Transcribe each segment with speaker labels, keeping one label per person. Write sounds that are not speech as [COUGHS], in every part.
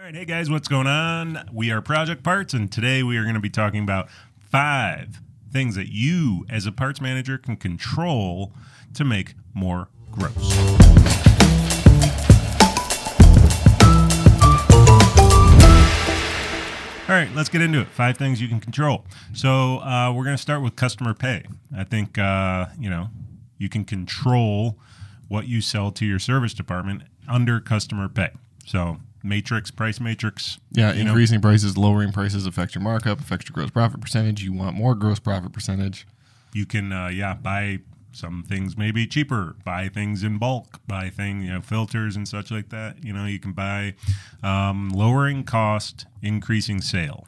Speaker 1: right, hey guys, what's going on? We are Project Parts, and today we are going to be talking about five things that you, as a parts manager, can control to make more gross. All right, let's get into it. Five things you can control. So uh, we're going to start with customer pay. I think uh, you know you can control what you sell to your service department under customer pay. So matrix, price matrix.
Speaker 2: Yeah,
Speaker 1: you know?
Speaker 2: increasing prices, lowering prices affects your markup, affects your gross profit percentage. You want more gross profit percentage.
Speaker 1: you can uh, yeah buy some things maybe cheaper buy things in bulk buy thing you know filters and such like that you know you can buy um, lowering cost increasing sale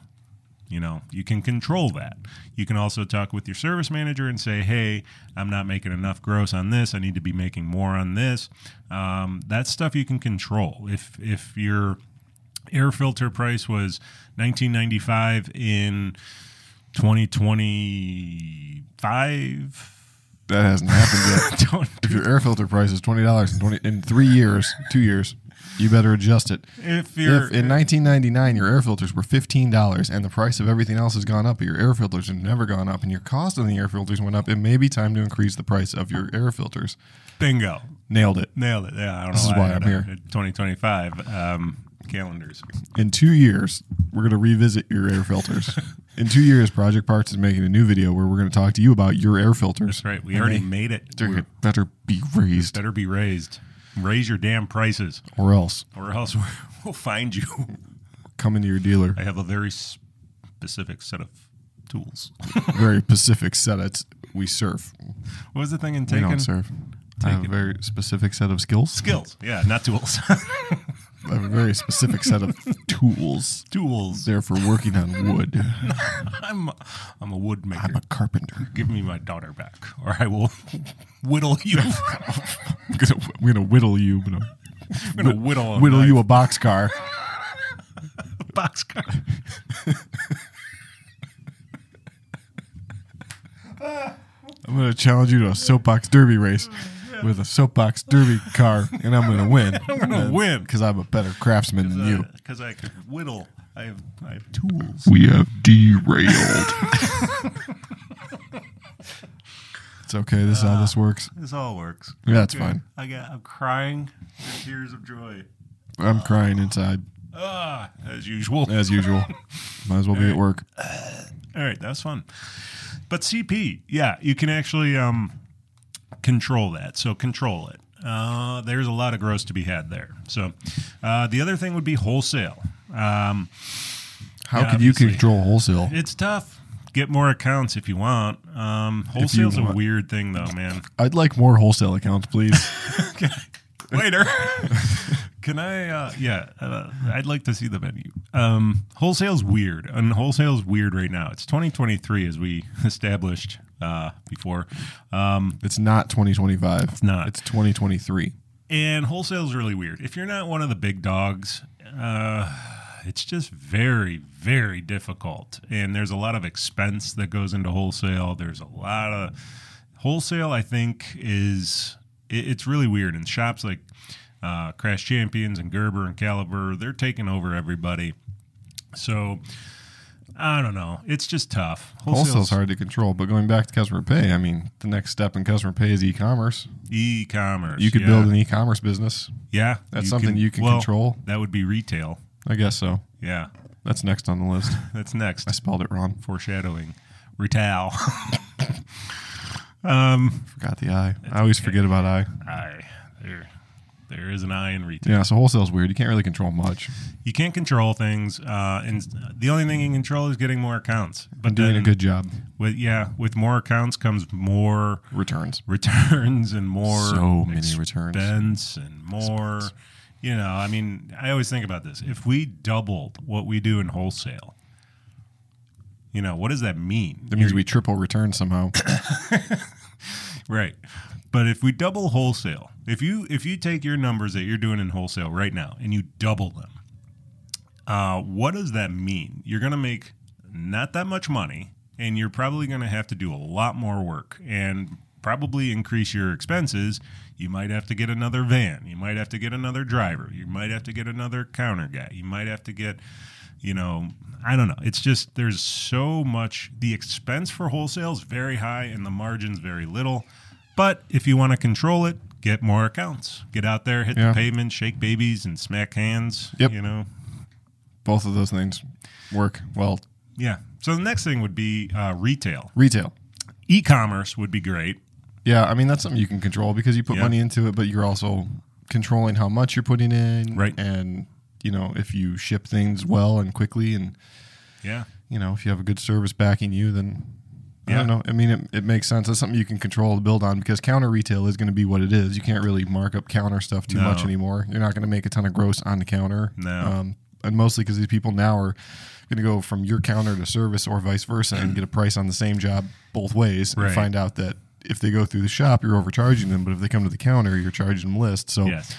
Speaker 1: you know you can control that you can also talk with your service manager and say hey i'm not making enough gross on this i need to be making more on this um, that's stuff you can control if if your air filter price was 1995 in
Speaker 2: [LAUGHS]
Speaker 1: 2025
Speaker 2: That hasn't
Speaker 1: [LAUGHS]
Speaker 2: happened yet.
Speaker 1: don't
Speaker 2: if your air filter price is twenty dollars in twenty in three years, two years, you better adjust it.
Speaker 1: if
Speaker 2: If
Speaker 1: you're
Speaker 2: in 1999 your air filters were $15 and the price of everything else has gone up, but your air filters have never gone up and your cost on the air filters went up, it may be time to increase the price of your air filters.
Speaker 1: bingo
Speaker 2: Nailed it.
Speaker 1: nailed it yeah i don't
Speaker 2: This
Speaker 1: know
Speaker 2: is why
Speaker 1: I
Speaker 2: I'm
Speaker 1: had a-
Speaker 2: here.
Speaker 1: 2025 um, calendars
Speaker 2: in two years, we're going to revisit your
Speaker 1: [LAUGHS]
Speaker 2: air filters. in two years, Project Parts is making a new video where we're going to talk to you about your air filters.
Speaker 1: that's right we
Speaker 2: And
Speaker 1: already
Speaker 2: they
Speaker 1: made it
Speaker 2: better-
Speaker 1: We're-
Speaker 2: better be raised,
Speaker 1: better be raised raise your damn prices
Speaker 2: or else
Speaker 1: or else [LAUGHS] we'll find you
Speaker 2: come into your dealer.
Speaker 1: i have a very specific set of tools
Speaker 2: [LAUGHS] Very specific set. It's, we surf.
Speaker 1: what was the thing in
Speaker 2: We
Speaker 1: taken
Speaker 2: don't surf. I have a
Speaker 1: taken.
Speaker 2: very specific set of skills.
Speaker 1: skills yeah not tools [LAUGHS]
Speaker 2: I have a very specific set of tools.
Speaker 1: tools
Speaker 2: There for working on
Speaker 1: [LAUGHS]
Speaker 2: wood.
Speaker 1: i'm i'm a wood maker
Speaker 2: I'm a carpenter.
Speaker 1: give me my daughter back or i will [LAUGHS] whittle
Speaker 2: [LAUGHS]
Speaker 1: you
Speaker 2: I'm gonna, I'm gonna whittle you. I'm
Speaker 1: [LAUGHS]
Speaker 2: gonna
Speaker 1: i'm gonna whittle a
Speaker 2: whittle
Speaker 1: knife.
Speaker 2: you a boxcar.
Speaker 1: boxcar.
Speaker 2: I'm gonna challenge you to a soapbox derby race with a soapbox derby car, and I'm
Speaker 1: [LAUGHS]
Speaker 2: gonna win. I'm
Speaker 1: gonna win.
Speaker 2: because I'm a better craftsman than [LAUGHS] you.
Speaker 1: Because uh, I could whittle. I have, I have tools.
Speaker 2: We have derailed. it's okay. This is how this works.
Speaker 1: This all works.
Speaker 2: Yeah, it's fine.
Speaker 1: I got. I'm crying tears of joy.
Speaker 2: I'm crying inside
Speaker 1: Ah, as usual.
Speaker 2: as usual. Might as well be at work.
Speaker 1: All right, that was fun. But CP, yeah, you can actually um, control that. So control it. Uh, there's a lot of gross to be had there. So uh, the other thing would be wholesale. Um,
Speaker 2: How
Speaker 1: Yeah,
Speaker 2: could you
Speaker 1: obviously.
Speaker 2: control wholesale?
Speaker 1: it's tough. Get more accounts if you want. Um, wholesale's a
Speaker 2: want.
Speaker 1: weird thing, though, man.
Speaker 2: I'd like more wholesale accounts, please.
Speaker 1: [LAUGHS] later. Can I? Uh, yeah, uh, I'd like to see the menu. Um, wholesale's weird, and wholesale's weird right now. It's 2023, as we [LAUGHS] established uh, before, um,
Speaker 2: it's not 2025. It's
Speaker 1: not.
Speaker 2: It's 2023.
Speaker 1: and wholesale's really weird. If you're not one of the big dogs, uh, it's just very, very difficult. And there's a lot of expense that goes into wholesale. There's a lot of wholesale. I think is it, it's really weird. And shops like uh, Crash Champions and Gerber and Caliber, they're taking over everybody. So I don't know. It's just tough.
Speaker 2: Wholesale's hard to control, but going back to customer pay, I mean, the next step in customer pay is e-commerce.
Speaker 1: e-commerce.
Speaker 2: You could
Speaker 1: yeah.
Speaker 2: build an e-commerce business.
Speaker 1: Yeah,
Speaker 2: That's something you can
Speaker 1: well,
Speaker 2: control.
Speaker 1: That would be retail.
Speaker 2: I guess so.
Speaker 1: Yeah,
Speaker 2: That's next on the list.
Speaker 1: that's next.
Speaker 2: I spelled it wrong.
Speaker 1: foreshadowing [LAUGHS] retail um
Speaker 2: Forgot the I. I always forget about I.
Speaker 1: I, there, there is an eye in retail
Speaker 2: Yeah, so wholesale's weird. You can't really control much.
Speaker 1: you can't control things uh and the only thing you can control is getting more accounts but
Speaker 2: I'm doing a
Speaker 1: then
Speaker 2: good job.
Speaker 1: with yeah with more accounts comes more [LAUGHS]
Speaker 2: Returns.
Speaker 1: returns and more
Speaker 2: So many returns.
Speaker 1: expense and more you know i mean i always think about this if we doubled what we do in wholesale you know what does that mean
Speaker 2: That means we triple return
Speaker 1: [COUGHS]
Speaker 2: somehow.
Speaker 1: Right. But if we double wholesale, if you if you take your numbers that you're doing in wholesale right now and you double them, uh, what does that mean? You're going to make not that much money, and you're probably going to have to do a lot more work, and probably increase your expenses. You might have to get another van. You might have to get another driver. You might have to get another counter guy. You might have to get, you know, I don't know. It's just there's so much. The expense for wholesale is very high and the margins very little. But if you want to control it, get more accounts. Get out there, hit
Speaker 2: Yeah.
Speaker 1: the pavement, shake babies, and smack hands.
Speaker 2: Yep.
Speaker 1: You know,
Speaker 2: Both of those things work well.
Speaker 1: yeah. So the next thing would be uh, retail.
Speaker 2: Retail.
Speaker 1: E-commerce would be great.
Speaker 2: Yeah, I mean that's something you can control because you put
Speaker 1: Yeah.
Speaker 2: money into it, but you're also controlling how much you're putting in,
Speaker 1: Right.
Speaker 2: And you know if you ship things well and quickly, and
Speaker 1: Yeah.
Speaker 2: you know if you have a good service backing you, then I
Speaker 1: Yeah.
Speaker 2: don't know. I mean, it, it makes sense. That's something you can control to build on because counter retail is going to be what it is. You can't really mark up counter stuff too much
Speaker 1: No.
Speaker 2: anymore. You're not going to make a ton of gross on the counter.
Speaker 1: No.
Speaker 2: Um, and mostly because these people now are going to go from your counter to service or vice versa and get a price on the same job both ways and
Speaker 1: Right.
Speaker 2: find out that if they go through the shop, you're overcharging them. But if they come to the counter, you're charging them list. So,
Speaker 1: Yes.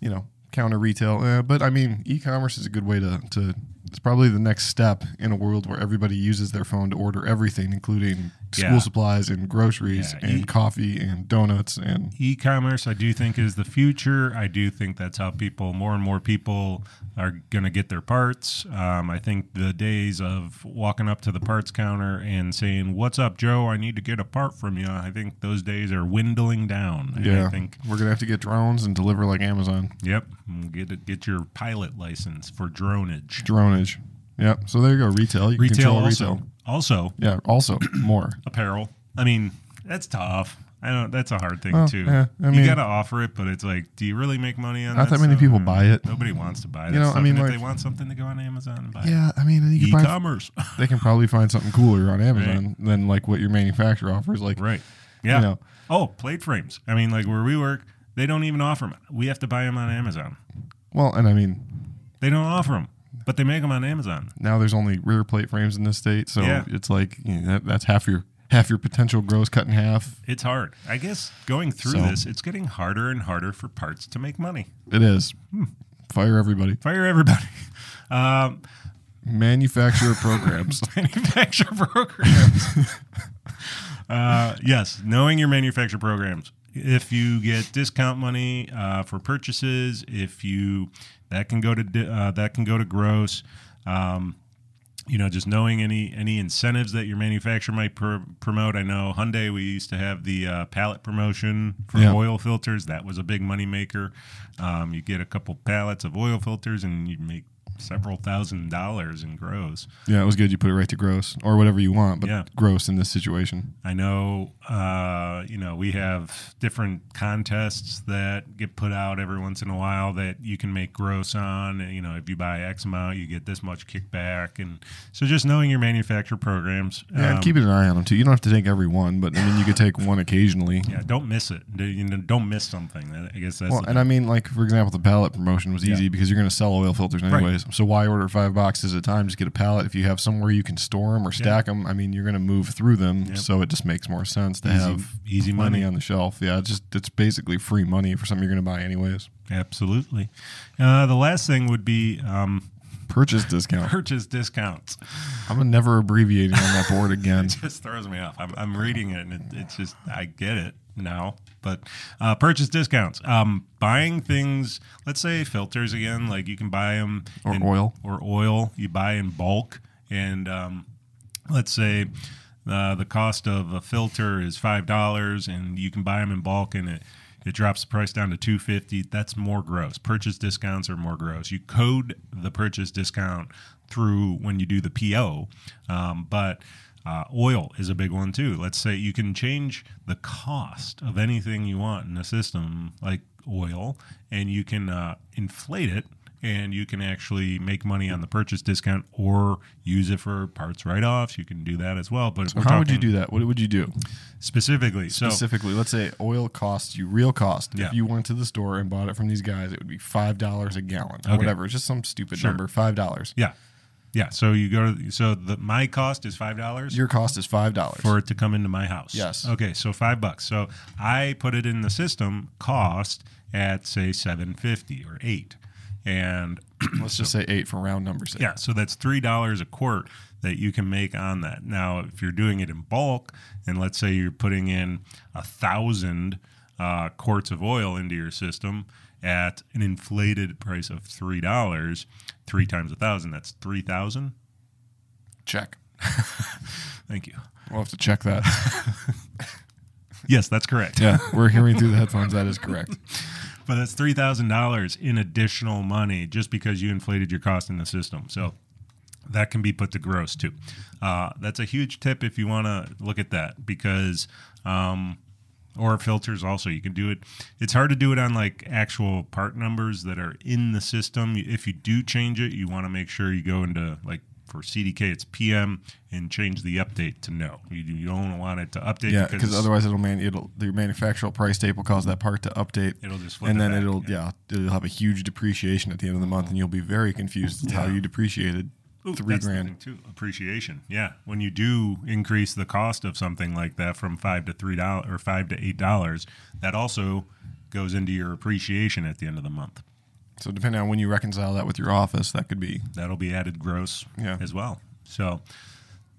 Speaker 2: you know, counter retail. Uh, but I mean, e commerce is a good way to, to, it's probably the next step in a world where everybody uses their phone to order everything, including
Speaker 1: Yeah.
Speaker 2: school supplies and groceries
Speaker 1: Yeah,
Speaker 2: and
Speaker 1: e-
Speaker 2: coffee and donuts. And
Speaker 1: e-commerce i do think is the future i do think that's how people more and more people are going to get their parts um, i think the days of walking up to the parts counter and saying what's up joe i need to get a part from you i think those days are dwindling down And
Speaker 2: yeah,
Speaker 1: i think
Speaker 2: we're going to have to get drones and deliver like Amazon.
Speaker 1: yep get it, get your pilot license for dronage
Speaker 2: Dronage. Yep. So there you go. Retail. You can
Speaker 1: retail
Speaker 2: control
Speaker 1: also
Speaker 2: retail.
Speaker 1: also
Speaker 2: Yeah.
Speaker 1: [CLEARS THROAT]
Speaker 2: Also more.
Speaker 1: apparel i mean that's tough I don't. That's a hard thing
Speaker 2: Well,
Speaker 1: too.
Speaker 2: yeah, I mean-
Speaker 1: you gotta offer it, but it's like, do you really make money on?
Speaker 2: Not
Speaker 1: that
Speaker 2: that many
Speaker 1: stuff? Mm.
Speaker 2: people buy it.
Speaker 1: Nobody wants to buy that
Speaker 2: You know, I
Speaker 1: stuff.
Speaker 2: mean,
Speaker 1: and
Speaker 2: like-
Speaker 1: if they want something to go on Amazon and buy it.
Speaker 2: Yeah. I mean, you can probably,
Speaker 1: e-commerce. [LAUGHS]
Speaker 2: they can probably find something cooler on Amazon than like what your manufacturer offers. Like,
Speaker 1: right. Yeah.
Speaker 2: know.
Speaker 1: Oh, plate frames. I mean, like where we work, they don't even offer them. We have to buy them on Amazon.
Speaker 2: well, and I mean,
Speaker 1: They don't offer them, but they make them on Amazon.
Speaker 2: now there's only rear plate frames in this state, so
Speaker 1: Yeah.
Speaker 2: it's like you know, that, that's half your half your potential gross cut in half.
Speaker 1: It's hard. I guess going through
Speaker 2: So-
Speaker 1: this, it's getting harder and harder for parts to make money.
Speaker 2: It is.
Speaker 1: Hmm.
Speaker 2: Fire everybody.
Speaker 1: Fire everybody. [LAUGHS] Um,
Speaker 2: Manufacturer
Speaker 1: [LAUGHS]
Speaker 2: programs.
Speaker 1: manufacturer [LAUGHS] programs. [LAUGHS] uh, yes, knowing your manufacturer programs. If you get discount money uh, for purchases, if you that can go to di- uh, that can go to gross. Um, you know, just knowing any any incentives that your manufacturer might pr- promote. I know Hyundai. We used to have the uh, pallet promotion for
Speaker 2: Yeah.
Speaker 1: oil filters. That was a big moneymaker. Um, you get a couple pallets of oil filters, and you make several thousand dollars in gross.
Speaker 2: Yeah, it was good. You put it right to gross or whatever you want, but
Speaker 1: Yeah.
Speaker 2: gross in this situation.
Speaker 1: I know, uh, you know, we have different contests that get put out every once in a while that you can make gross on. And, You know, if you buy X amount, you get this much kickback. And so just knowing your manufacturer programs.
Speaker 2: Yeah,
Speaker 1: um,
Speaker 2: and keep an eye on them too. You don't have to take every one, but I mean, you could take one occasionally.
Speaker 1: yeah, don't miss it. Do- you know, Don't miss something. That- I guess that's
Speaker 2: Well,
Speaker 1: the
Speaker 2: and I mean, like for example, the pallet promotion was easy because you're going to sell oil filters anyways. So why order five boxes at a time? Just get a pallet. If you have somewhere you can store them or stack them, I mean, you're going to move through them. So it just makes more sense to
Speaker 1: Easy-
Speaker 2: have
Speaker 1: easy
Speaker 2: money
Speaker 1: money.
Speaker 2: on the shelf. Yeah, it's just it's basically free money for something you're going to buy anyways.
Speaker 1: absolutely. Uh, the last thing would be um, [LAUGHS]
Speaker 2: Purchase [LAUGHS] discount.
Speaker 1: purchase discounts.
Speaker 2: I'm never abbreviating on that board [LAUGHS]
Speaker 1: [LAUGHS]
Speaker 2: again.
Speaker 1: just throws me off. I'm, I'm reading it and it, it's just, I get it now. But uh, purchase discounts, um, buying things, let's say filters again, like you can buy them
Speaker 2: Or oil.
Speaker 1: Or oil, you buy in bulk. And um, let's say uh, the cost of a filter is $5 and you can buy them in bulk and it. It drops the price down to 250. That's more gross. Purchase discounts are more gross. You code the purchase discount through when you do the PO, um, but uh, oil is a big one too. Let's say you can change the cost of anything you want in a system like oil, and you can uh, inflate it, and you can actually make money on the purchase discount or use it for parts write-offs. You can do that as well. But
Speaker 2: How would you do that? What would you do
Speaker 1: specifically? So
Speaker 2: specifically? Let's say oil costs you real cost.
Speaker 1: Yeah.
Speaker 2: If you went to the store and bought it from these guys, it would be five dollars a gallon or
Speaker 1: Okay.
Speaker 2: whatever. It's just some stupid
Speaker 1: Sure.
Speaker 2: number, five dollars.
Speaker 1: yeah, yeah. So you go to so the my cost is five dollars.
Speaker 2: Your cost is five dollars.
Speaker 1: for it to come into my house.
Speaker 2: Yes.
Speaker 1: Okay, so five bucks. So I put it in the system cost at say seven fifty or eight, And
Speaker 2: Let's just say eight for round number six.
Speaker 1: yeah, so that's three dollars a quart that you can make on that. Now, if you're doing it in bulk, and let's say you're putting in a thousand uh, quarts of oil into your system at an inflated price of three dollars, three times a thousand, that's three thousand.
Speaker 2: Check.
Speaker 1: Thank you.
Speaker 2: We'll have to check that.
Speaker 1: Yes, that's correct.
Speaker 2: yeah, we're hearing through the headphones. That is correct.
Speaker 1: But that's three thousand dollars in additional money just because you inflated your cost in the system. So that can be put to gross too. Uh, that's a huge tip if you want to look at that because, um, or filters also. You can do it. It's hard to do it on like actual part numbers that are in the system. If you do change it, you want to make sure you go into like. For CDK, it's PM and change the update to no. You, you don't want it to update
Speaker 2: Yeah, because otherwise it'll man it'll the manufacturer price date will cause that part to update.
Speaker 1: It'll just flip
Speaker 2: and
Speaker 1: it
Speaker 2: then
Speaker 1: back,
Speaker 2: it'll yeah. it'll have a huge depreciation at the end of the month, and you'll be very confused as to how you depreciated
Speaker 1: Ooh,
Speaker 2: three
Speaker 1: that's the
Speaker 2: grand.
Speaker 1: thing, too. Appreciation, yeah. When you do increase the cost of something like that from five to three dollars or five to eight dollars, that also goes into your appreciation at the end of the month.
Speaker 2: So depending on when you reconcile that with your office, that could be
Speaker 1: That'll be added gross
Speaker 2: Yeah.
Speaker 1: as well. So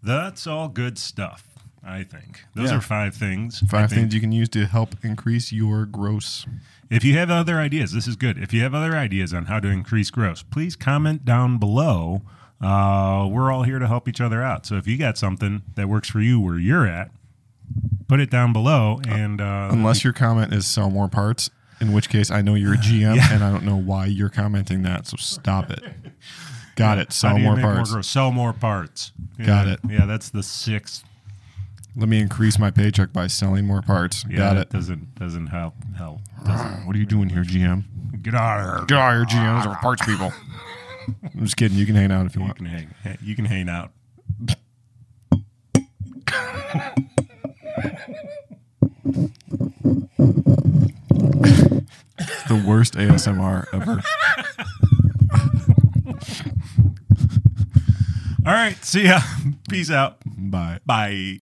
Speaker 1: that's all good stuff. I think those
Speaker 2: Yeah.
Speaker 1: are five things. I
Speaker 2: five
Speaker 1: think.
Speaker 2: things you can use to help increase your gross.
Speaker 1: If you have other ideas, this is good. If you have other ideas on how to increase gross, please comment down below. Uh, we're all here to help each other out. So if you got something that works for you where you're at, put it down below. And uh,
Speaker 2: Unless your comment is sell more parts, in which case I know you're a [LAUGHS] GM and I don't know why you're commenting that. So stop it. Got [LAUGHS] it.
Speaker 1: how
Speaker 2: Sell
Speaker 1: do you
Speaker 2: more
Speaker 1: make
Speaker 2: parts.
Speaker 1: gross? Sell more parts.
Speaker 2: Got
Speaker 1: Yeah,
Speaker 2: it.
Speaker 1: Yeah, that's the sixth.
Speaker 2: Let me increase my paycheck by selling more parts.
Speaker 1: Yeah,
Speaker 2: Got
Speaker 1: that
Speaker 2: it.
Speaker 1: Doesn't doesn't help. Help. Doesn't.
Speaker 2: What are you doing here, GM?
Speaker 1: Get out of here.
Speaker 2: Get out of here, GMs are parts [LAUGHS] people. I'm just kidding. You can hang out if you
Speaker 1: You
Speaker 2: want.
Speaker 1: can hang. You can hang out.
Speaker 2: It's the worst ASMR [LAUGHS] ever.
Speaker 1: All right. See ya. [LAUGHS] Peace out.
Speaker 2: Bye.
Speaker 1: Bye.